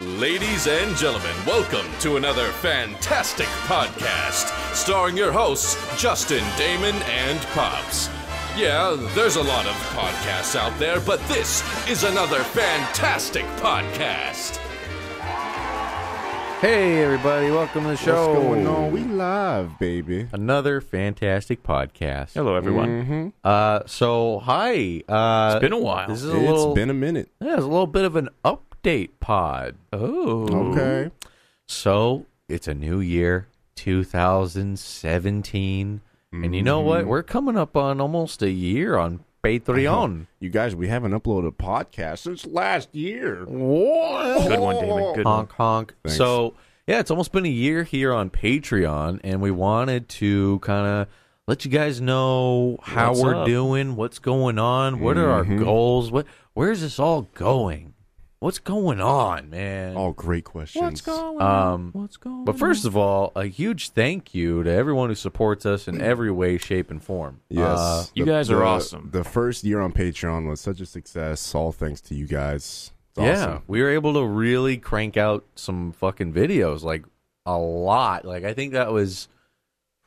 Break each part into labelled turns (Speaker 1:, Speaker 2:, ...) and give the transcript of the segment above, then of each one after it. Speaker 1: Ladies and gentlemen, welcome to another fantastic podcast starring your hosts, Justin, Damon, and Pops. Yeah, there's a lot of podcasts out there, but this is another fantastic podcast.
Speaker 2: Hey everybody, welcome to the show.
Speaker 3: What's going on? We live, baby.
Speaker 2: Another fantastic podcast.
Speaker 4: Hello, everyone.
Speaker 2: Uh, so hi. Uh,
Speaker 4: It's been a while.
Speaker 2: This is a
Speaker 3: It's
Speaker 2: little.
Speaker 3: been a minute.
Speaker 2: yeah, it's a little bit of an update pod.
Speaker 4: Oh,
Speaker 3: Okay.
Speaker 2: So it's a new year, 2017, and you know
Speaker 4: Mm-hmm.
Speaker 2: what? We're coming up on almost a year on Patreon.
Speaker 3: You guys, we haven't uploaded a podcast since last year.
Speaker 4: good one, Damon. Good one.
Speaker 2: honk honk. So yeah, it's almost been a year here on Patreon, and we wanted to kind of let you guys know how
Speaker 4: What's
Speaker 2: we're
Speaker 4: up?
Speaker 2: doing, what's going on, what are our
Speaker 3: Mm-hmm.
Speaker 2: goals, what where's this all going, what's going on, man.
Speaker 3: All great questions.
Speaker 2: Um, but first of all, a huge thank you to everyone who supports us in every way, shape, and form.
Speaker 3: Yes.
Speaker 2: Uh,
Speaker 4: you
Speaker 3: The-
Speaker 4: guys are
Speaker 3: the-
Speaker 4: awesome.
Speaker 3: The first year on Patreon was such a success. All thanks to you guys. It's
Speaker 2: yeah,
Speaker 3: awesome.
Speaker 2: we were able to really crank out some fucking videos, like a lot. Like I think that was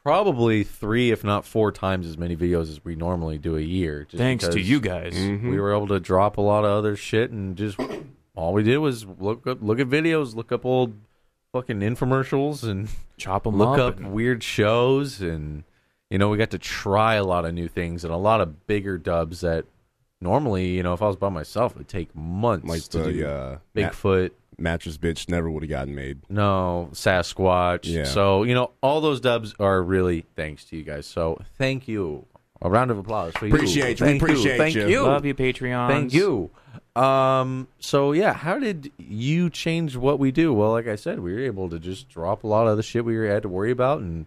Speaker 2: probably three, if not four times as many videos as we normally do a year. just
Speaker 4: Thanks to
Speaker 2: because
Speaker 4: you guys. Mm-hmm.
Speaker 3: Mm-hmm.
Speaker 2: we were able to drop a lot of other shit, and just all we did was look up, look at videos, look up old fucking infomercials, and
Speaker 4: Chop them
Speaker 2: look
Speaker 4: up.
Speaker 2: up weird shows and you know we got to try a lot of new things and a lot of bigger dubs that normally you know if i was by myself it would take months
Speaker 3: Like
Speaker 2: to do
Speaker 3: the uh, mat-
Speaker 2: bigfoot
Speaker 3: mattress bitch never would have gotten made.
Speaker 2: no sasquatch
Speaker 3: Yeah.
Speaker 2: so you know all those dubs are really thanks to you guys so thank you a round of applause for you
Speaker 3: Appreciate you. We
Speaker 2: thank
Speaker 3: appreciate
Speaker 2: thank
Speaker 3: you.
Speaker 2: you
Speaker 4: Love you, Patreon.
Speaker 2: Thank you. Um, so yeah, how did you change what we do? Well, like I said, we were able to just drop a lot of the shit we had to worry about, and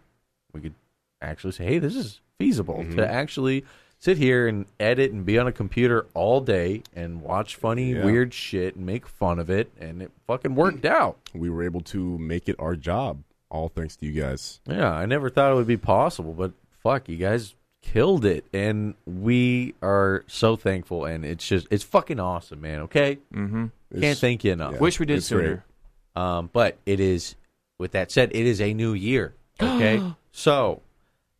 Speaker 2: we could actually say, "Hey, this is feasible
Speaker 3: Mm-hmm.
Speaker 2: to actually sit here and edit and be on a computer all day and watch funny,
Speaker 3: Yeah.
Speaker 2: weird shit and make fun of it." And it fucking worked out.
Speaker 3: We were able to make it our job. All thanks to you guys.
Speaker 2: Yeah, I never thought it would be possible, but fuck, you guys killed it, and we are so thankful. And it's just, it's fucking awesome, man. Okay,
Speaker 4: hmm
Speaker 2: can't thank you enough.
Speaker 3: yeah.
Speaker 4: Wish we did
Speaker 3: It's
Speaker 4: sooner.
Speaker 3: great.
Speaker 2: Um, but it is, with that said, it is a new year. Okay. so,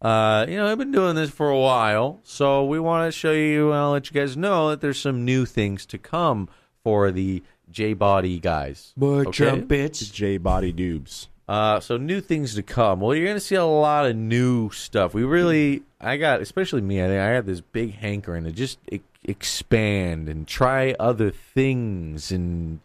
Speaker 2: uh, you know, I've been doing this for a while. So we want to show you, and I'll let you guys know that there's some new things to come for the J Body guys.
Speaker 4: But
Speaker 2: Okay. jump,
Speaker 4: bitch.
Speaker 3: J Body Dubes.
Speaker 2: Uh, so new things to come. Well, you're gonna see a lot of new stuff. We really, I got, especially me. I think I had this big hankering to just e- expand and try other things, and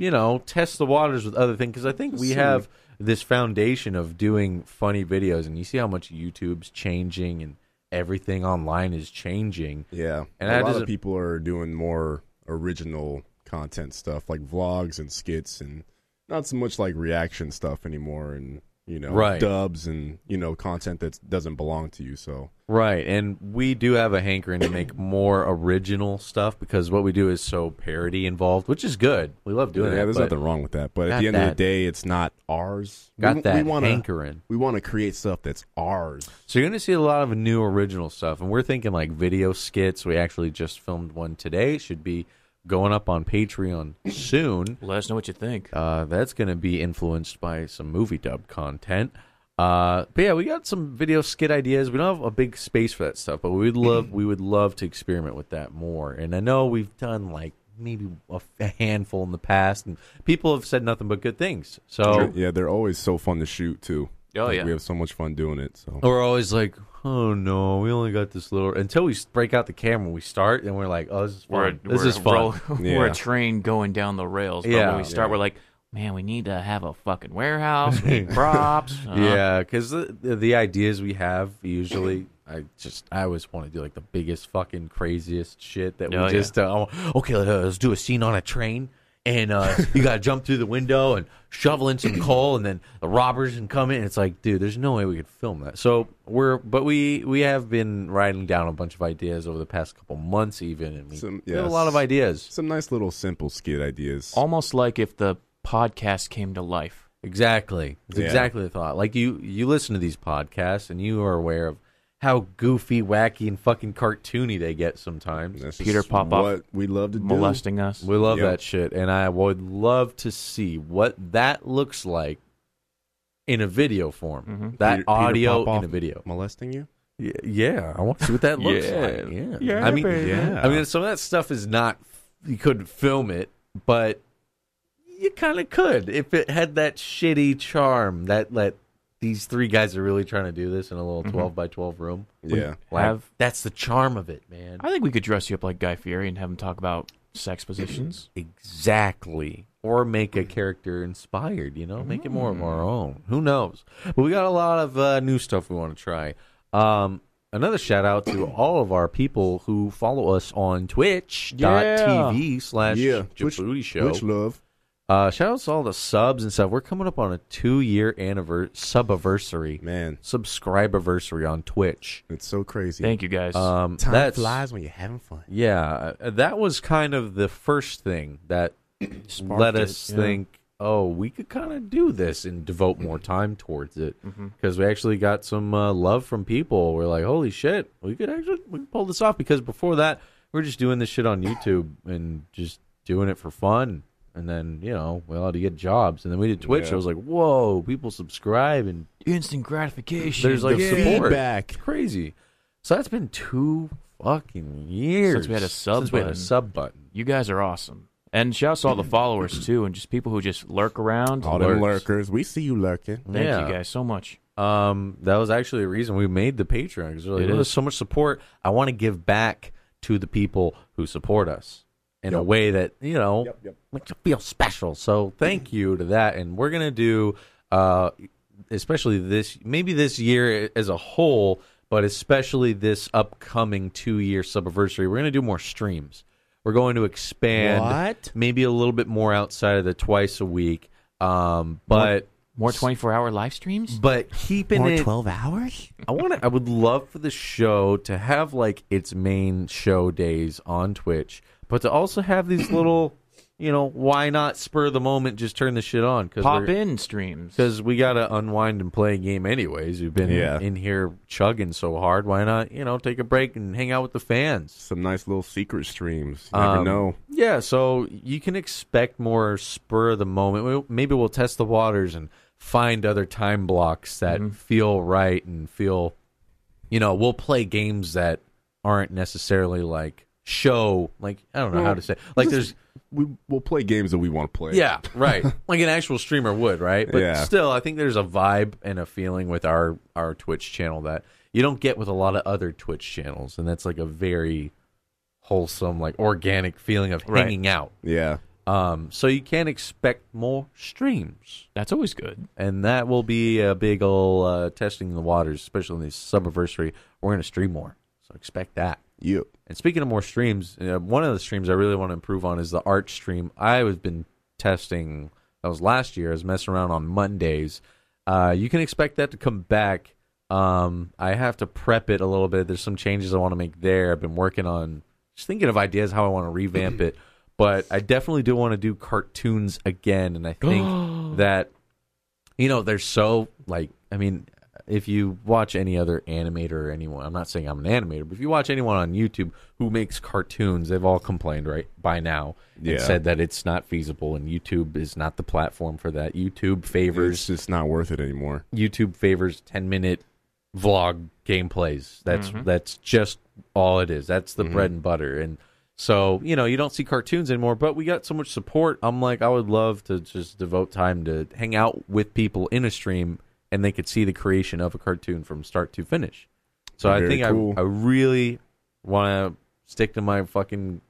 Speaker 2: you know, test the waters with other things. Because I think we have this foundation of doing funny videos, and you see how much YouTube's changing and everything online is changing.
Speaker 3: Yeah,
Speaker 2: And
Speaker 3: a
Speaker 2: that
Speaker 3: lot
Speaker 2: doesn't-
Speaker 3: of people are doing more original content stuff, like vlogs and skits, and not so much like reaction stuff anymore, and you know,
Speaker 2: Right.
Speaker 3: dubs and you know, content that doesn't belong to you. So
Speaker 2: Right, and we do have a hankering to make more original stuff because what we do is so parody involved, which is good. We love doing
Speaker 3: yeah,
Speaker 2: it.
Speaker 3: there's
Speaker 2: but-
Speaker 3: nothing wrong with that. But
Speaker 2: Got
Speaker 3: at the end of
Speaker 2: that.
Speaker 3: the day, it's not ours.
Speaker 2: Got
Speaker 3: we,
Speaker 2: that
Speaker 3: We wanna,
Speaker 2: hankering.
Speaker 3: We want to create stuff that's ours.
Speaker 2: So you're going to see a lot of new original stuff, and we're thinking like video skits. We actually just filmed one today. It should be going up on Patreon soon.
Speaker 4: Let us know what you think.
Speaker 2: Uh, that's going to be influenced by some movie dub content. Uh, but yeah, we got some video skit ideas. We don't have a big space for that stuff, but we'd love we would love to experiment with that more. And I know we've done like maybe a f- a handful in the past, and people have said nothing but good things. So
Speaker 3: yeah, they're always so fun to shoot too.
Speaker 4: Oh,
Speaker 3: Like,
Speaker 4: yeah.
Speaker 3: we have so much fun doing it. So
Speaker 2: We're always like, oh no, we only got this little. Until we break out the camera, we start, and we're like, oh, this is fun.
Speaker 4: We're a,
Speaker 2: this
Speaker 4: we're
Speaker 2: is
Speaker 4: a
Speaker 2: fun.
Speaker 4: roll- we're
Speaker 3: Yeah.
Speaker 4: a train going down the rails. But
Speaker 2: Yeah.
Speaker 4: when we start,
Speaker 3: Yeah.
Speaker 4: we're like, man, we need to have a fucking warehouse. We need props. Uh,
Speaker 2: Yeah, because the, the the ideas we have usually, I just I always want to do like the biggest fucking craziest shit that
Speaker 4: Oh,
Speaker 2: we
Speaker 4: yeah.
Speaker 2: just uh, oh, okay. Let's, let's do a scene on a train, and uh, you gotta jump through the window and shovel in some coal, and then the robbers can come in. And it's like, dude, there's no way we could film that. So we're but we we have been writing down a bunch of ideas over the past couple months, even, and we
Speaker 3: Some-
Speaker 2: we have a
Speaker 3: yes.
Speaker 2: lot of ideas.
Speaker 3: some nice little simple skit ideas.
Speaker 4: Almost like if the podcast came to life.
Speaker 2: Exactly. It's
Speaker 3: Yeah.
Speaker 2: exactly the thought. Like you you listen to these podcasts and you are aware of how goofy, wacky, and fucking cartoony they get sometimes.
Speaker 3: That's
Speaker 4: Peter
Speaker 3: just
Speaker 4: Popoff
Speaker 3: What we love to do.
Speaker 4: molesting us.
Speaker 2: We love
Speaker 3: Yep.
Speaker 2: that shit, and I would love to see what that looks like in a video form. That
Speaker 3: Mm-hmm. Peter- Peter
Speaker 2: audio
Speaker 3: Popoff
Speaker 2: in a video.
Speaker 3: molesting you.
Speaker 2: Y- Yeah, I want to see what that looks like. Yeah, I mean,
Speaker 3: Yeah.
Speaker 2: I mean, some of that stuff is not you couldn't film it, but you kind of could if it had that shitty charm that let these three guys are really trying to do this in a little 12 by 12 room.
Speaker 3: Yeah.
Speaker 2: Like,
Speaker 4: Have-
Speaker 2: that's the charm of it, man.
Speaker 4: I think we could dress you up like Guy Fieri and have him talk about sex positions.
Speaker 2: Exactly. Or make a character inspired, you know, make it more of
Speaker 3: Mm.
Speaker 2: our own. Who knows? But we got a lot of uh, new stuff we want to try. Um, another shout out to all of our people who follow us on Twitch TV slash
Speaker 3: yeah.
Speaker 2: Djibouti
Speaker 3: Which-
Speaker 2: Show.
Speaker 3: Which love.
Speaker 2: Uh, shout out to all the subs and stuff. We're coming up on a two year anniversary, subiversary,
Speaker 3: Man,
Speaker 2: subscribiversary on Twitch.
Speaker 3: it's so crazy.
Speaker 4: Thank you guys.
Speaker 2: Um,
Speaker 3: Time
Speaker 2: that's,
Speaker 3: flies when you're having fun.
Speaker 2: Yeah, uh, that was kind of the first thing that let us
Speaker 4: yeah.
Speaker 2: think, oh, we could kind of do this and devote more time towards it because we actually got some uh, love from people. We're like, holy shit, we could actually we could pull this off because before that, we are just doing this shit on YouTube and just doing it for fun. And then you know we all had to get jobs, and then we did Twitch.
Speaker 3: Yeah.
Speaker 2: I was like, "Whoa, people subscribe and
Speaker 4: Instant gratification.
Speaker 2: there's like
Speaker 3: The
Speaker 2: support.
Speaker 3: feedback.
Speaker 2: It's crazy." So that's been two fucking years
Speaker 4: Since we had a sub
Speaker 2: Since we had a
Speaker 4: button.
Speaker 2: sub button.
Speaker 4: you guys are awesome. And shout out to all the followers too, and just people who just lurk
Speaker 2: Oh,
Speaker 4: around.
Speaker 3: All them
Speaker 2: Lurks.
Speaker 3: lurkers. We see you lurking.
Speaker 4: Thank
Speaker 2: Yeah.
Speaker 4: you guys so much.
Speaker 2: Um, that was actually the reason we made the Patreon because like, "Oh,
Speaker 4: It is.
Speaker 2: there's so much support. I want to give back to the people who support us in a way that you know makes you feel special. So thank you to that, and we're gonna do, uh, especially this maybe this year as a whole, but especially this upcoming two year subversary, we're gonna do more streams. We're going to expand
Speaker 3: What?
Speaker 2: maybe a little bit more outside of the twice a week. Um, but
Speaker 4: More 24 hour live streams?
Speaker 2: but keeping it
Speaker 3: hours?
Speaker 2: I want to. I would love for the show to have like its main show days on Twitch, but to also have these little, you know, why not spur of the moment? Just turn the shit on because
Speaker 4: Pop in streams.
Speaker 2: because we gotta unwind and play a game anyways. We've been
Speaker 3: Yeah.
Speaker 2: in here chugging so hard. Why not you know take a break and hang out with the fans?
Speaker 3: Some nice little secret streams. You never
Speaker 2: Um,
Speaker 3: know.
Speaker 2: Yeah, so you can expect more spur of the moment. We- Maybe we'll test the waters and find other time blocks that feel right and feel, you know, we'll play games that aren't necessarily like show, like, I don't know how to say. Like, there's,
Speaker 3: We we'll play games that we want to play.
Speaker 2: yeah, right. like an actual streamer would, right? But
Speaker 3: Yeah.
Speaker 2: still, I think there's a vibe and a feeling with our, our Twitch channel that you don't get with a lot of other Twitch channels. And that's like a very wholesome, like organic feeling of
Speaker 4: Right.
Speaker 2: hanging out.
Speaker 3: Yeah.
Speaker 2: Um, so you can expect more streams,
Speaker 4: That's always good.
Speaker 2: and that will be a big ol' uh, testing the waters, especially in the subversary. We're going to stream more, so expect that.
Speaker 3: You.
Speaker 2: And speaking of more streams, uh, one of the streams I really want to improve on is the art stream. I have been testing. That was last year. I was messing around on Mondays. Uh, you can expect that to come back. Um, I have to prep it a little bit. There's some changes I want to make there. I've been working on just thinking of ideas how I want to revamp it. But I definitely do want to do cartoons again, and I think that you know they're so like i mean if you watch any other animator or anyone i'm not saying i'm an animator but if you watch anyone on youtube who makes cartoons they've all complained right by now
Speaker 3: Yeah.
Speaker 2: and said that it's not feasible and youtube is not the platform for that youtube
Speaker 3: It's
Speaker 2: favors
Speaker 3: just not worth it anymore.
Speaker 2: youtube favors 10 minute vlog gameplays that's
Speaker 4: Mm-hmm.
Speaker 2: that's just all it is that's the bread and butter and so you know you don't see cartoons anymore but we got so much support i'm like i would love to just devote time to hang out with people in a stream and they could see the creation of a cartoon from start to finish so i
Speaker 3: Very
Speaker 2: think
Speaker 3: cool.
Speaker 2: I, I really want to stick to my fucking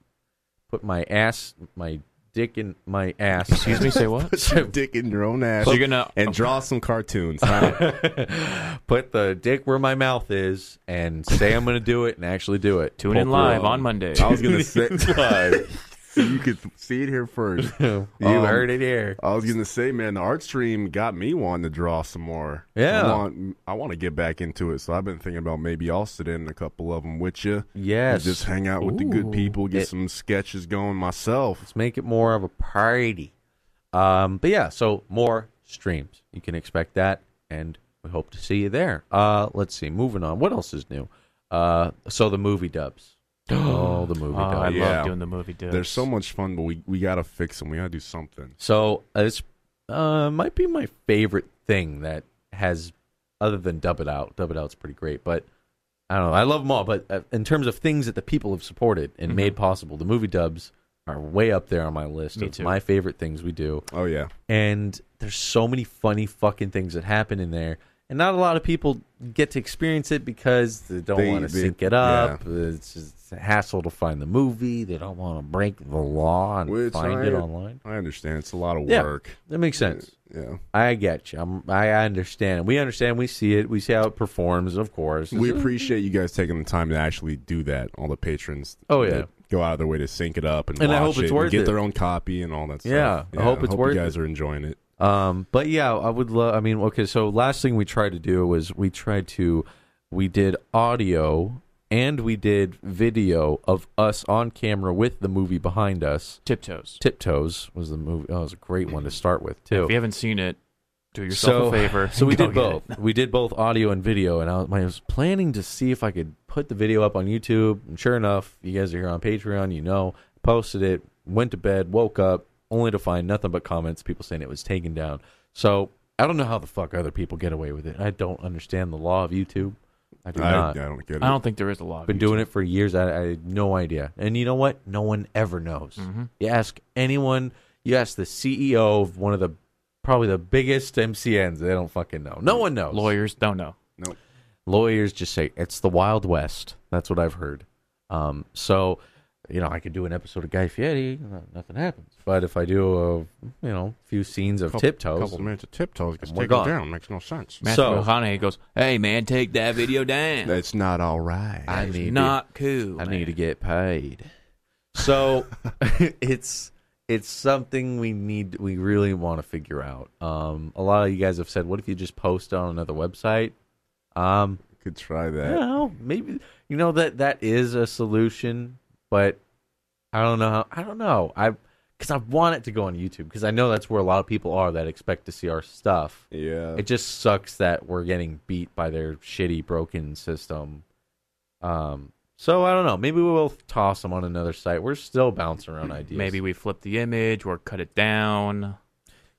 Speaker 2: put my ass my dick in my ass
Speaker 4: Excuse me, say what?
Speaker 3: Put your dick in your own ass.
Speaker 4: So you're gonna-
Speaker 3: and draw some cartoons. Huh?
Speaker 2: put the dick where my mouth is and say I'm going to do it and actually do it.
Speaker 4: Tune in
Speaker 2: Pull
Speaker 4: live
Speaker 2: through.
Speaker 4: on Monday.
Speaker 3: I was gonna say So you could see it here first.
Speaker 2: You
Speaker 3: Um,
Speaker 2: heard it here.
Speaker 3: I was gonna say, man, the art stream got me wanting to draw some more.
Speaker 2: Yeah.
Speaker 3: I want, I want to get back into it. So I've been thinking about maybe I'll sit in a couple of them with you.
Speaker 2: Yes.
Speaker 3: just hang out with the good
Speaker 4: Ooh.
Speaker 3: people, get
Speaker 2: It-
Speaker 3: some sketches going myself.
Speaker 2: Let's make it more of a party. Um, but yeah, so more streams. You can expect that and we hope to see you there. Uh, let's see. Moving on. What else is new? Uh, so the movie dubs. Oh, the movie
Speaker 4: Oh, I
Speaker 2: dubs.
Speaker 3: Yeah.
Speaker 4: love doing the movie dubs.
Speaker 3: They're so much fun, but we, we gotta fix them. We gotta do something.
Speaker 2: So uh, it's uh, might be my favorite thing that has, other than Dub It Out. Dub It Out's pretty great, but I don't know. I love them all, but uh, in terms of things that the people have supported
Speaker 3: Mm-hmm.
Speaker 2: and made possible, the movie dubs are way up there on my list
Speaker 4: Me
Speaker 2: of
Speaker 4: too.
Speaker 2: my favorite things we do.
Speaker 3: Oh yeah,
Speaker 2: and there's so many funny fucking things that happen in there and not a lot of people get to experience it because they don't
Speaker 3: They-
Speaker 2: want to
Speaker 3: they-
Speaker 2: sync it up it's just a hassle to find the movie they don't want to break the law and
Speaker 3: Which
Speaker 2: find
Speaker 3: I-
Speaker 2: it online
Speaker 3: I understand. It's a lot of
Speaker 2: Yeah.
Speaker 3: work.
Speaker 2: that makes sense
Speaker 3: Yeah,
Speaker 2: i get you I'm, i understand we understand we see it we see how it performs of course
Speaker 3: we appreciate you guys taking the time to actually do that. All the patrons.
Speaker 2: Oh, yeah.
Speaker 3: that go out of their way to sync it up and,
Speaker 2: And I
Speaker 3: watch
Speaker 2: hope it's
Speaker 3: it
Speaker 2: worth
Speaker 3: and get
Speaker 2: it.
Speaker 3: their own copy and all that. stuff.
Speaker 2: Yeah, I hope it's worth
Speaker 3: You guys are enjoying it.
Speaker 2: Um, but yeah, I would love. I mean, okay. So last thing we tried to do was we tried to we did audio and we did video of us on camera with the movie behind us.
Speaker 4: tiptoes.
Speaker 2: Tiptoes was the movie. Oh, it was a great one to start with
Speaker 4: If
Speaker 2: too.
Speaker 4: you haven't seen it, do yourself
Speaker 2: so,
Speaker 4: a favor.
Speaker 2: So we
Speaker 4: Go
Speaker 2: did
Speaker 4: get it.
Speaker 2: both. We did both audio and video, and I was, I was planning to see if I could put the video up on YouTube. And sure enough, you guys are here on Patreon. You know, posted it, went to bed, woke up, only to find nothing but comments. People saying it was taken down. So I don't know how the fuck other people get away with it. I don't understand the law of YouTube. I do
Speaker 3: I, I
Speaker 2: not.
Speaker 3: don't get it.
Speaker 4: I don't think there is a lot.
Speaker 2: I've been doing it for years. I, I had no idea. And you know what? No one ever knows. You ask anyone, you ask the CEO of one of the probably the biggest MCNs, they don't fucking know. No one knows.
Speaker 4: Lawyers don't know.
Speaker 3: Nope.
Speaker 2: Lawyers just say it's the Wild West. That's what I've heard. Um, so, you know, I could do an episode of Guy Fieri, uh, nothing happens. But if I do a, you know, few scenes of tiptoes,
Speaker 3: Couple minutes of tiptoes gets
Speaker 2: We're
Speaker 3: taken
Speaker 2: gone.
Speaker 3: down. Makes no sense.
Speaker 4: Matthew
Speaker 2: So-
Speaker 4: McConaughey goes, "Hey man, take that video down.
Speaker 3: That's not all right.
Speaker 2: I
Speaker 4: It's
Speaker 2: need to-
Speaker 4: not cool.
Speaker 2: I
Speaker 4: man.
Speaker 2: need to get paid. So it's it's something we need we really want to figure out. Um, a lot of you guys have said, "What if you just post on another website?" Um,
Speaker 3: Could try
Speaker 2: I
Speaker 3: that.
Speaker 2: don't know. Maybe you know that that is a solution, but I don't know. How, I don't know. I because I want it to go on YouTube because I know that's where a lot of people are that expect to see our stuff.
Speaker 3: Yeah.
Speaker 2: It just sucks that we're getting beat by their shitty broken system. Um, so I don't know. Maybe we'll toss them on another site. We're still bouncing around ideas.
Speaker 4: Maybe we flip the image or cut it down.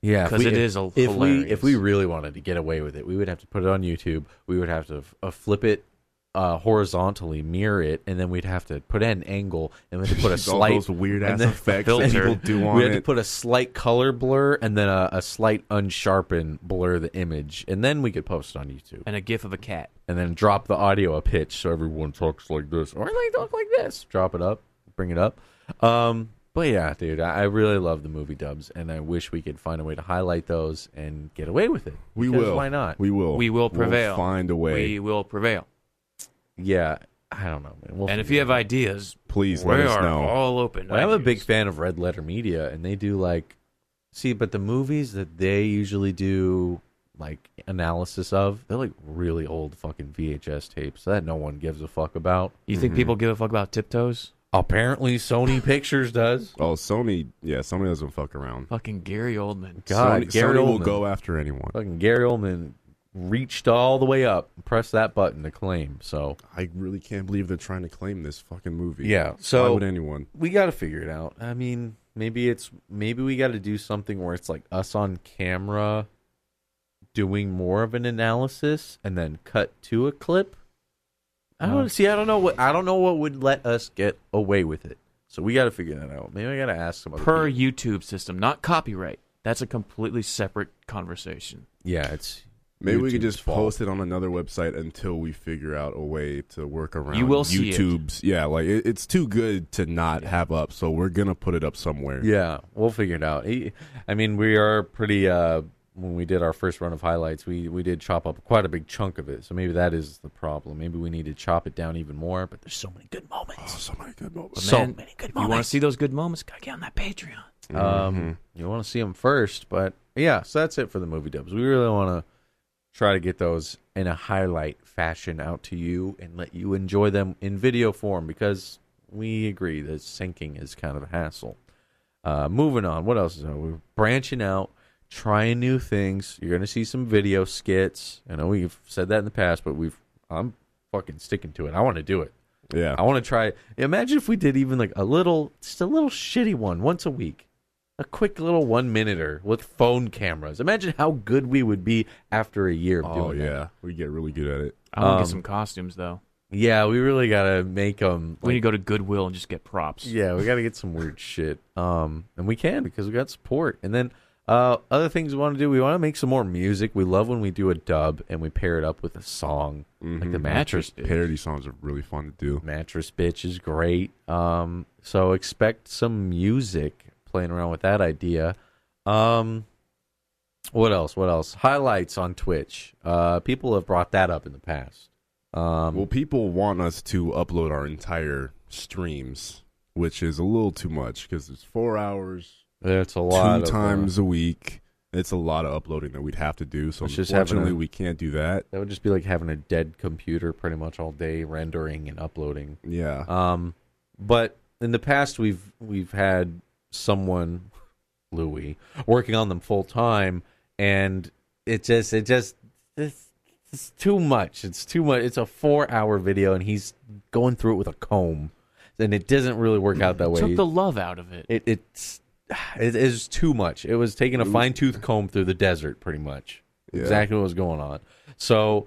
Speaker 2: yeah, if
Speaker 4: 'cause
Speaker 2: we-
Speaker 4: it
Speaker 2: if-
Speaker 4: is a-
Speaker 2: if we
Speaker 4: hilarious.
Speaker 2: if we really wanted to get away with it, we would have to put it on YouTube. We would have to f- uh, flip it uh, horizontally, mirror it, and then we'd have to put an angle and we have to put a
Speaker 3: All
Speaker 2: slight
Speaker 3: those weird
Speaker 2: and
Speaker 3: ass
Speaker 2: then
Speaker 3: effects that people
Speaker 4: filter.
Speaker 3: do on
Speaker 2: we had
Speaker 3: it.
Speaker 2: to put a slight color blur and then a, a slight unsharpen blur the image, and then we could post it on YouTube.
Speaker 4: And a gif of a cat.
Speaker 2: and then drop the audio a pitch so everyone talks like this or they talk like this. Drop it up, bring it up. Um, but yeah, dude, I, I really love the movie dubs, and I wish we could find a way to highlight those and get away with it.
Speaker 3: we
Speaker 2: Because
Speaker 3: will.
Speaker 2: Why not?
Speaker 3: We will.
Speaker 4: We will prevail.
Speaker 3: We'll find a way.
Speaker 4: We will prevail.
Speaker 2: yeah, I don't know, man. We'll
Speaker 4: and if
Speaker 2: figure
Speaker 4: you
Speaker 2: it
Speaker 4: have ideas,
Speaker 3: Please
Speaker 4: we
Speaker 3: let us
Speaker 4: are
Speaker 3: know.
Speaker 4: all open.
Speaker 2: out.
Speaker 4: to
Speaker 2: Well, I'm a
Speaker 4: ideas.
Speaker 2: big fan of Red Letter Media, and they do like, see, but the movies that they usually do like analysis of, they're like really old fucking VHS tapes that no one gives a fuck about.
Speaker 4: You think people give a fuck about tiptoes?
Speaker 2: Apparently, Sony Pictures does.
Speaker 3: oh, Sony. Yeah, Sony doesn't fuck around.
Speaker 4: Fucking Gary Oldman.
Speaker 2: God,
Speaker 3: Sony,
Speaker 2: Gary
Speaker 3: Sony will
Speaker 2: Oldman.
Speaker 3: go after anyone.
Speaker 2: Fucking Gary Oldman reached all the way up, pressed that button to claim. So
Speaker 3: I really can't believe they're trying to claim this fucking movie.
Speaker 2: Yeah,
Speaker 3: why
Speaker 2: so-
Speaker 3: would anyone?
Speaker 2: we got to figure it out. I mean, maybe it's maybe we got to do something where it's like us on camera doing more of an analysis and then cut to a clip. I don't
Speaker 4: Oh.
Speaker 2: see. I don't know what I don't know what would let us get away with it. So we got to figure that out. Maybe I got to ask some other
Speaker 4: Per
Speaker 2: people.
Speaker 4: YouTube system, not copyright. That's a completely separate conversation.
Speaker 2: yeah, it's
Speaker 3: Maybe we could
Speaker 2: YouTube's
Speaker 3: just
Speaker 2: fault.
Speaker 3: post it on another website until we figure out a way to work around.
Speaker 4: will see it.
Speaker 3: YouTube's. Yeah, like it, it's too good to not have up, so we're gonna put it up somewhere.
Speaker 2: Yeah, we'll figure it out. E- I mean, we are pretty. Uh, when we did our first run of highlights, we we did chop up quite a big chunk of it. So maybe that is the problem. Maybe we need to chop it down even more. But there's so many good
Speaker 3: Oh,
Speaker 2: moments.
Speaker 3: so many good moments.
Speaker 2: So
Speaker 4: Man,
Speaker 2: many good
Speaker 4: if You want to see those good moments? Gotta get on that Patreon.
Speaker 2: Um, you want to see them first, but yeah. So that's it for the movie dubs. We really want to try to get those in a highlight fashion out to you and let you enjoy them in video form because we agree that syncing is kind of a hassle. Uh, moving on, what else is there? We're branching out, trying new things. You're gonna see some video skits. I know we've said that in the past, but we've I'm fucking sticking to it. I want to do it.
Speaker 3: Yeah.
Speaker 2: I want to try. Imagine if we did even like a little, just a little shitty one once a week, a quick little one minuter with phone cameras. Imagine how good we would be after a year of
Speaker 3: oh
Speaker 2: doing
Speaker 3: yeah,
Speaker 2: that.
Speaker 3: we get really good at it.
Speaker 4: I want to
Speaker 2: Um,
Speaker 4: get some costumes though.
Speaker 2: Yeah, we really gotta make them.
Speaker 4: we need to go to Goodwill and just get props.
Speaker 2: Yeah, we got to get some weird shit. Um, and we can because we got support. And then uh, other things we want to do, we want to make some more music. We love when we do a dub and we pair it up with a song, like
Speaker 3: Mm-hmm.
Speaker 2: the mattress. Bitch.
Speaker 3: Parody songs are really fun to do.
Speaker 2: mattress bitch is great. Um, so expect some music playing around with that idea. Um, what else? What else? Highlights on Twitch. Uh, people have brought that up in the past. Um,
Speaker 3: Well, people want us to upload our entire streams, which is a little too much because it's four hours,
Speaker 2: it's a lot.
Speaker 3: two
Speaker 2: of, uh,
Speaker 3: times a week. It's a lot of uploading that we'd have to do. So
Speaker 2: It's just having
Speaker 3: unfortunately,
Speaker 2: a-
Speaker 3: we can't do that.
Speaker 2: That would just be like having a dead computer pretty much all day rendering and uploading.
Speaker 3: Yeah.
Speaker 2: Um, but in the past we've we've had someone, Louis, working on them full time, and it just it just it's, it's too much. It's too much. It's a four hour video, and he's going through it with a comb, and it doesn't really work out that way.
Speaker 4: Took the love out of it.
Speaker 2: it it's it is too much. It was taking a fine tooth comb through the desert, pretty much.
Speaker 3: Yeah.
Speaker 2: Exactly what was going on. So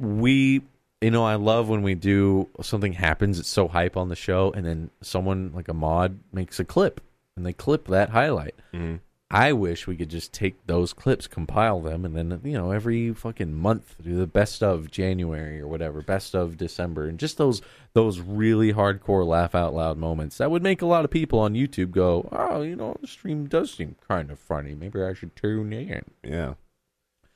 Speaker 2: we, you know, I love when we do something happens. It's so hype on the show, and then someone like a mod makes a clip, and they clip that highlight. I wish we could just take those clips, compile them, and then you know every fucking month do the best of January or whatever, best of December, and just those those really hardcore laugh out loud moments. That would make a lot of people on YouTube go, "Oh, you know, the stream does seem kind of funny. Maybe I should tune in."
Speaker 3: Yeah.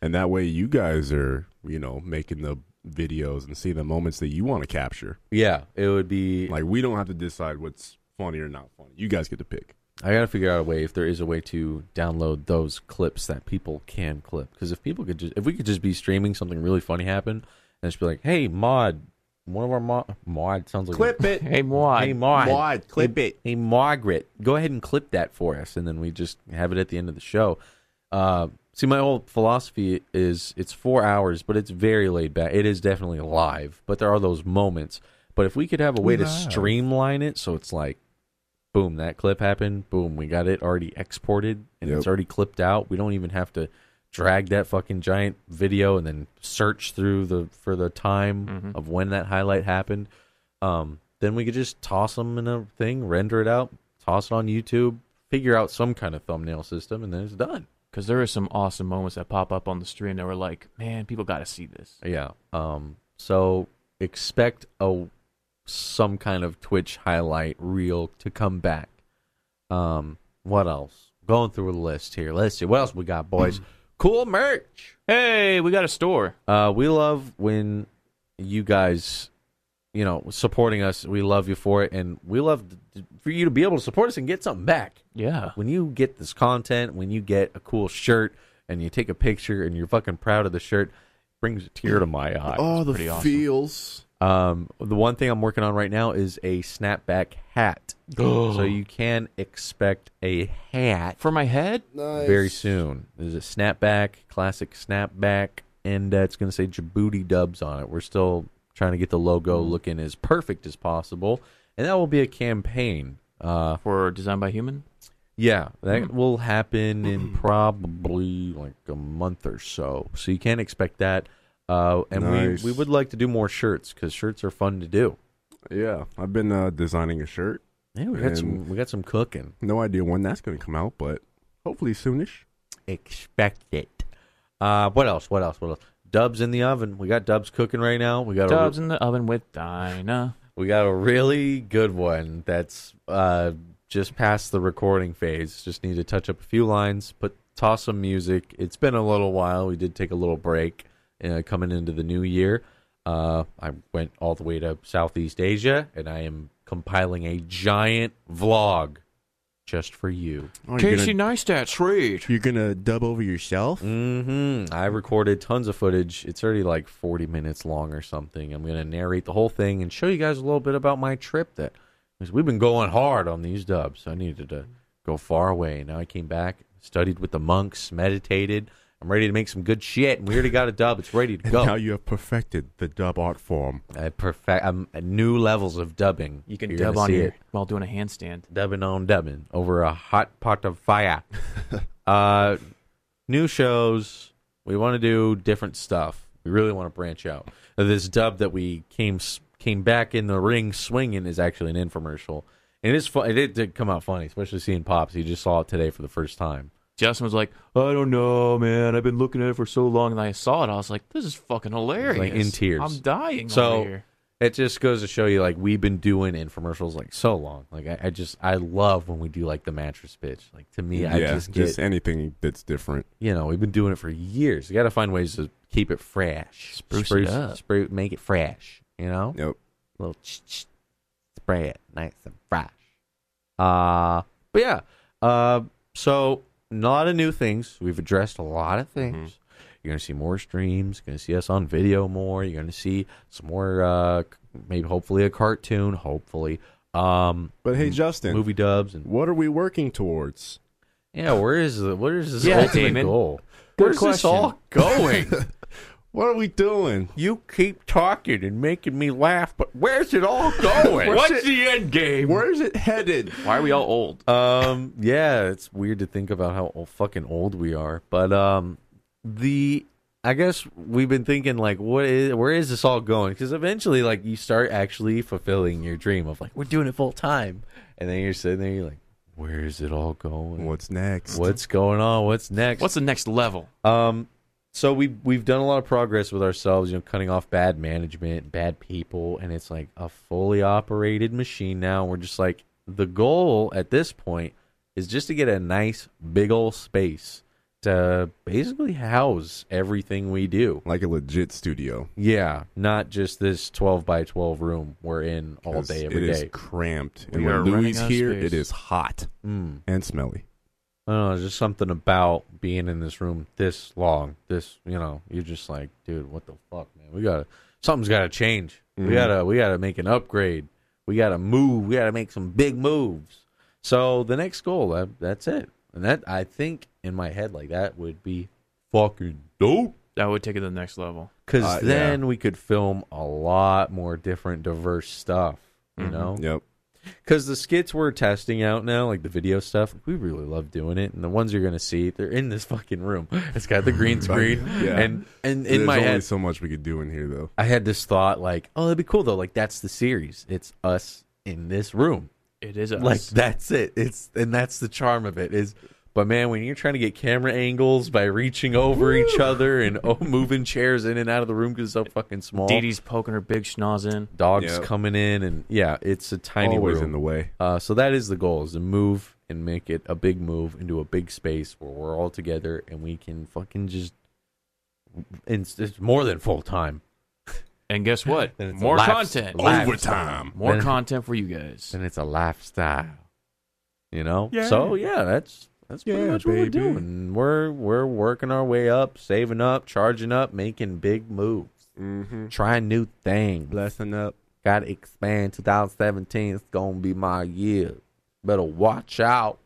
Speaker 3: And that way you guys are, you know, making the videos and see the moments that you want to capture.
Speaker 2: Yeah, it would be.
Speaker 3: Like we don't have to decide what's funny or not funny. You guys get to pick.
Speaker 2: I gotta figure out a way if there is a way to download those clips that people can clip. Because if people could just, if we could just be streaming something really funny happen, and just be like, "Hey, mod." One of our mod, mod sounds like a-
Speaker 3: it.
Speaker 4: Hey, Maud.
Speaker 2: Hey, Maud.
Speaker 3: Maud, clip
Speaker 2: hey,
Speaker 3: it.
Speaker 2: Hey, Margaret, go ahead and clip that for us, and then we just have it at the end of the show. Uh, see, my whole philosophy is it's four hours, but it's very laid back. It is definitely live, but there are those moments. But if we could have a way to
Speaker 3: Live.
Speaker 2: streamline it, so it's like, boom, that clip happened. Boom, we got it already exported and
Speaker 3: Yep.
Speaker 2: it's already clipped out. We don't even have to drag that fucking giant video and then search through the for the time of when that highlight happened. Um, then we could just toss them in a thing, render it out, toss it on YouTube, figure out some kind of thumbnail system, and then it's done.
Speaker 4: Because there are some awesome moments that pop up on the stream that were like, man, people got to see this.
Speaker 2: Yeah. Um. So expect a some kind of Twitch highlight reel to come back. Um. What else? Going through a list here. Let's see what else we got, boys. cool merch.
Speaker 4: Hey, we got a store.
Speaker 2: Uh, we love when you guys, you know, supporting us. We love you for it, and we love th- for you to be able to support us and get something back.
Speaker 4: Yeah.
Speaker 2: When you get this content, when you get a cool shirt, and you take a picture, and you're fucking proud of the shirt, brings a tear to my eye.
Speaker 3: Oh, the
Speaker 4: pretty awesome.
Speaker 3: feels.
Speaker 2: Um, the one thing I'm working on right now is a snapback hat.
Speaker 3: Oh.
Speaker 2: so you can expect a hat
Speaker 4: For my head?
Speaker 3: Nice.
Speaker 2: very soon. There's a snapback, classic snapback, and uh, it's going to say Djibouti Dubs on it. We're still trying to get the logo
Speaker 3: Mm-hmm.
Speaker 2: looking as perfect as possible, and that will be a campaign. Uh,
Speaker 4: For Designed by Human?
Speaker 2: yeah, that
Speaker 3: Hmm.
Speaker 2: will happen in probably like a month or so. So you can expect that. Uh, and
Speaker 3: Nice.
Speaker 2: we, we would like to do more shirts because shirts are fun to do.
Speaker 3: Yeah, I've been uh, designing a shirt.
Speaker 2: Yeah, we got some.
Speaker 3: And-
Speaker 2: We got some cooking.
Speaker 3: No idea when that's going to come out, but hopefully soonish.
Speaker 2: Expect it. Uh, what else? What else? What else? Dubs in the oven. We got dubs cooking right now. We got
Speaker 4: Dubs
Speaker 2: A,
Speaker 4: in the oven with Dinah.
Speaker 2: we got a really good one that's uh, just past the recording phase. Just need to touch up a few lines, put toss some music. It's been a little while. We did take a little break uh, coming into the new year. Uh, I went all the way to Southeast Asia, and I am compiling a giant vlog just for you.
Speaker 3: Oh,
Speaker 4: Casey Neistat, sweet.
Speaker 3: you're going to dub over yourself?
Speaker 2: hmm I recorded tons of footage. It's already like 40 minutes long or something. I'm going to narrate the whole thing and show you guys a little bit about my trip that 'cause we've been going hard on these dubs. I needed to go far away. Now I came back. studied with the monks, meditated. I'm ready to make some good shit. We already got a dub. It's ready to
Speaker 3: And
Speaker 2: go.
Speaker 3: now you have perfected the dub art form.
Speaker 2: I perfect. I'm at new levels of dubbing.
Speaker 4: You can
Speaker 2: You're
Speaker 4: dub
Speaker 2: gonna
Speaker 4: on
Speaker 2: see
Speaker 4: your
Speaker 2: it.
Speaker 4: while doing a handstand.
Speaker 2: dubbing on dubbing over a hot pot of fire. uh, new shows. We want to do different stuff. We really want to branch out. Now, This dub that we came s- came back in the ring swinging is actually an infomercial, and it's fun. It did, did come out funny, especially seeing pops. He just saw it today for the first time.
Speaker 4: Justin was like, I don't know, man. I've been looking at it for so long, and I saw it. I was like, this is fucking hilarious.
Speaker 2: in tears.
Speaker 4: I'm dying.
Speaker 2: So
Speaker 4: over here.
Speaker 2: it just goes to show you, like we've been doing infomercials like so long. Like I, I just I love when we do like the mattress bitch. Like to me, I just get
Speaker 3: anything that's different.
Speaker 2: you know, we've been doing it for years. You got to find ways to keep it fresh,
Speaker 4: Spruce it up.
Speaker 2: spru- make it fresh. You know,
Speaker 3: Yep.
Speaker 2: little ch- ch- spray it nice and fresh. Uh but yeah. Uh, so a lot of new things. We've addressed a lot of things. You're gonna see more streams. You're gonna see us on video more. You're gonna see some more. Uh, c- maybe hopefully a cartoon. Hopefully, um,
Speaker 3: But hey, Justin,
Speaker 2: movie dubs and
Speaker 3: what are we working towards?
Speaker 2: yeah. Where is the where is this
Speaker 4: Yeah,
Speaker 2: ultimate
Speaker 4: Damon.
Speaker 2: goal?
Speaker 4: Good
Speaker 2: Where's this
Speaker 4: question.
Speaker 2: all going?
Speaker 3: What are we doing?
Speaker 2: You keep talking and making me laugh, but where's it all going?
Speaker 4: What's the end game?
Speaker 3: Where is it headed?
Speaker 4: Why are we all old?
Speaker 2: um, yeah, it's weird to think about how old, fucking old we are, but um, the I guess we've been thinking like, what is where is this all going? Because eventually, like, you start actually fulfilling your dream of like we're doing it full time, and then you're sitting there, you're like, where is it all going?
Speaker 3: What's next?
Speaker 2: What's going on? What's next?
Speaker 4: What's the next level?
Speaker 2: Um, so we we've done a lot of progress with ourselves, you know, cutting off bad management, bad people, and it's like a fully operated machine now. We're just like the goal at this point is just to get a nice big old space to basically house everything we do.
Speaker 3: Like a legit studio.
Speaker 2: Yeah, not just this twelve by twelve room we're in all
Speaker 3: 'Cause
Speaker 2: day every
Speaker 3: It is
Speaker 2: day.
Speaker 3: cramped.
Speaker 4: We
Speaker 3: And
Speaker 4: are
Speaker 3: when
Speaker 4: running
Speaker 3: Louis
Speaker 4: out of
Speaker 3: here,
Speaker 4: space.
Speaker 3: it is hot
Speaker 2: Mm.
Speaker 3: and smelly.
Speaker 2: I don't know, there's just something about being in this room this long. This, you know, you're just like, dude, what the fuck, man? We gotta, something's gotta change.
Speaker 3: Mm-hmm.
Speaker 2: We gotta, we gotta make an upgrade. We gotta move. We gotta make some big moves. So the next goal, that, that's it. And that I think in my head, like that would be fucking dope.
Speaker 4: That would take it to the next level.
Speaker 2: Because
Speaker 3: Uh, yeah.
Speaker 2: then we could film a lot more different, diverse stuff. You
Speaker 3: Mm-hmm.
Speaker 4: Mhm.
Speaker 2: know,
Speaker 3: Yep.
Speaker 2: because the skits we're testing out now, like the video stuff, we really love doing it. And the ones you're gonna see, they're in this fucking room. It's got the green screen,
Speaker 3: Yeah.
Speaker 2: and and in
Speaker 3: There's
Speaker 2: my
Speaker 3: only
Speaker 2: head,
Speaker 3: so much we could do in here, though.
Speaker 2: I had this thought like, oh, that'd be cool though. Like that's the series. It's us in this room.
Speaker 4: It is us.
Speaker 2: Like that's it. It's and that's the charm of it is. But man, when you're trying to get camera angles by reaching over each other and oh, moving chairs in and out of the room because it's so fucking small,
Speaker 4: Dee Dee's poking her big schnoz in.
Speaker 2: dogs
Speaker 3: Yep.
Speaker 2: coming in, and yeah, it's a tiny
Speaker 3: Always
Speaker 2: room.
Speaker 3: in the way.
Speaker 2: Uh, so that is the goal: is to move and make it a big move into a big space where we're all together and we can fucking just. It's, it's more than full time.
Speaker 4: And guess what?
Speaker 2: Then it's
Speaker 4: More
Speaker 2: life-
Speaker 4: content.
Speaker 2: life-
Speaker 3: Overtime.
Speaker 4: More
Speaker 2: Then-
Speaker 4: content for you guys.
Speaker 2: and it's a lifestyle. You know.
Speaker 3: Yeah.
Speaker 2: So yeah, that's that's pretty
Speaker 3: Yeah,
Speaker 2: much what we're
Speaker 3: baby.
Speaker 2: doing. We're we're working our way up, saving up, charging up, making big moves,
Speaker 3: Mm-hmm.
Speaker 2: trying new things.
Speaker 3: Blessing up.
Speaker 2: Got to expand. 2017 is gonna be my year. Better watch out.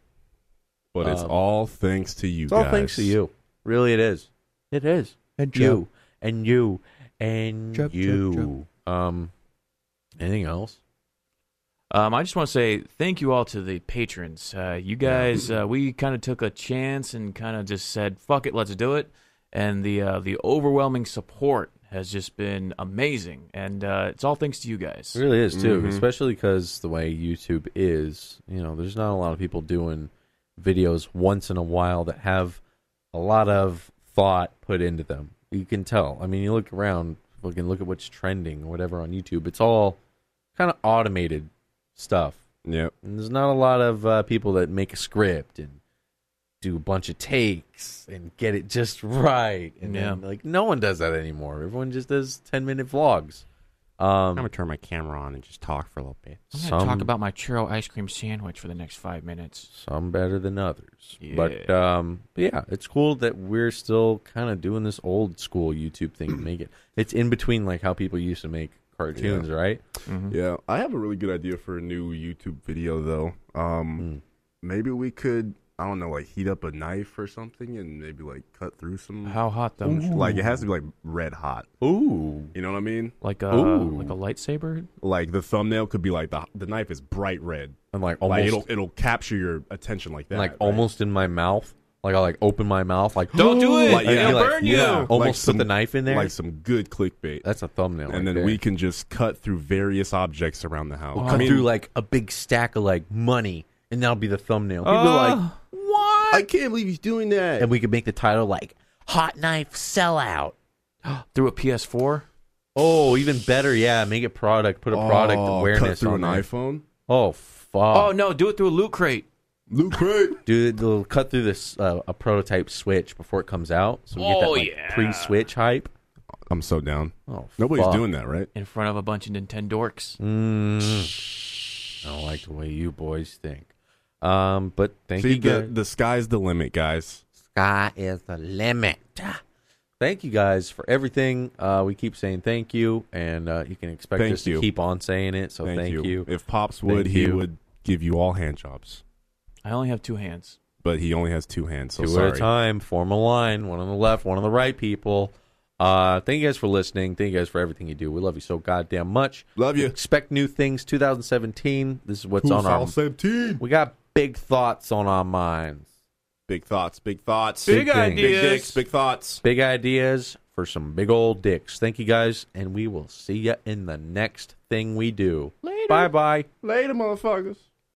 Speaker 3: But it's
Speaker 2: Um,
Speaker 3: all thanks to you
Speaker 2: It's all
Speaker 3: guys.
Speaker 2: thanks to you. Really, it is. It is. And you. And you. And
Speaker 3: Chub, chub,
Speaker 2: you. Um, anything else?
Speaker 4: Um, I just want to say thank you all to the patrons. Uh, you guys, uh, we kind of took a chance and kind of just said, "Fuck it, let's do it." And the uh, the overwhelming support has just been amazing, and uh, it's all thanks to you guys.
Speaker 2: It really is too,
Speaker 3: Mhm.
Speaker 2: especially because the way YouTube is. You know, there's not a lot of people doing videos once in a while that have a lot of thought put into them. You can tell. I mean, you look around, fucking look at what's trending or whatever on YouTube. It's all kind of automated stuff.
Speaker 3: Yep.
Speaker 2: And there's not a lot of uh, people that make a script and do a bunch of takes and get it just right. And then,
Speaker 4: Yeah.
Speaker 2: like no one does that anymore. Everyone just does 10 minute vlogs. Um,
Speaker 5: turn my camera on and just talk for a little bit.
Speaker 4: I'm gonna
Speaker 2: some-
Speaker 4: talk about my churro ice cream sandwich for the next five minutes.
Speaker 2: some better than others. But
Speaker 4: Yeah.
Speaker 2: um, but yeah, it's cool that we're still kind of doing this old school YouTube thing. make it. It's in between like how people used to make cartoons, right?
Speaker 3: Yeah,
Speaker 2: Hmm.
Speaker 3: I have a really good idea for a new YouTube video though. Um, maybe we could I don't know, like heat up a knife or something and maybe like cut through some.
Speaker 4: How hot though?
Speaker 3: Like it has to be like red hot.
Speaker 2: Ooh.
Speaker 3: You know what I mean?
Speaker 4: Like a
Speaker 2: Ooh.
Speaker 4: like a lightsaber?
Speaker 3: Like the thumbnail could be like the the knife is bright red.
Speaker 2: I'm like
Speaker 3: Like
Speaker 2: almost
Speaker 3: it'll it'll capture your attention like that.
Speaker 2: like
Speaker 3: right?
Speaker 2: almost in my mouth. Like I like open my mouth like
Speaker 4: Don't do it!
Speaker 2: Like,
Speaker 4: It'll
Speaker 2: yeah, like,
Speaker 4: burn you!
Speaker 3: yeah,
Speaker 2: Almost
Speaker 3: like
Speaker 2: put the knife in there.
Speaker 3: Like some good clickbait.
Speaker 2: That's a thumbnail.
Speaker 3: and then we can just cut through various objects around the house.
Speaker 2: will
Speaker 3: I
Speaker 2: cut
Speaker 3: mean,
Speaker 2: through like a big stack of like money, and that'll be the thumbnail. People are
Speaker 4: Ah.
Speaker 2: like,
Speaker 3: I can't believe he's doing that.
Speaker 2: and we could make the title like "Hot Knife Sellout."
Speaker 4: Through a PS4?
Speaker 2: Oh, even better, yeah. Make it product. Put a product
Speaker 3: Oh,
Speaker 2: awareness
Speaker 3: cut through
Speaker 2: on
Speaker 3: an
Speaker 2: there.
Speaker 3: iPhone.
Speaker 2: Oh
Speaker 4: Oh.
Speaker 2: fuck!
Speaker 4: no, do it through a loot crate.
Speaker 3: Loot crate.
Speaker 2: Do they'll cut through this uh, a prototype Switch before it comes out, so we get that
Speaker 4: Oh,
Speaker 2: like,
Speaker 4: yeah.
Speaker 2: pre-Switch hype.
Speaker 3: I'm so down.
Speaker 2: Oh,
Speaker 3: Nobody's
Speaker 2: fuck.
Speaker 3: doing that, right?
Speaker 4: In front of a bunch of Nintendorks.
Speaker 2: Mm. I don't like the way you boys think. Um, but thank
Speaker 3: See,
Speaker 2: you.
Speaker 3: the,
Speaker 2: guys.
Speaker 3: the sky's the limit, guys.
Speaker 2: Sky is the limit. Thank you guys for everything. Uh, we keep saying thank you, and uh, you can expect
Speaker 3: Thank
Speaker 2: us
Speaker 3: you.
Speaker 2: to keep on saying it. So thank, you.
Speaker 3: If Pops would,
Speaker 2: Thank
Speaker 3: he
Speaker 2: you.
Speaker 3: would give you all hand jobs,
Speaker 4: I only have two hands.
Speaker 3: but he only has two hands. So
Speaker 2: Two
Speaker 3: sorry.
Speaker 2: at a time, form a line, one on the left, one on the right, people. Uh, thank you guys for listening. Thank you guys for everything you do. We love you so goddamn much.
Speaker 3: Love you.
Speaker 2: Expect new things 2017. This is what's on our.
Speaker 3: 2017.
Speaker 2: We got big thoughts on our minds.
Speaker 3: Big thoughts. Big thoughts.
Speaker 2: Big Big things.
Speaker 3: Big
Speaker 4: ideas.
Speaker 3: dicks. Big thoughts.
Speaker 2: big ideas for some big old dicks. Thank you guys, and we will see you in the next thing we do. Bye bye.
Speaker 3: Later, motherfuckers.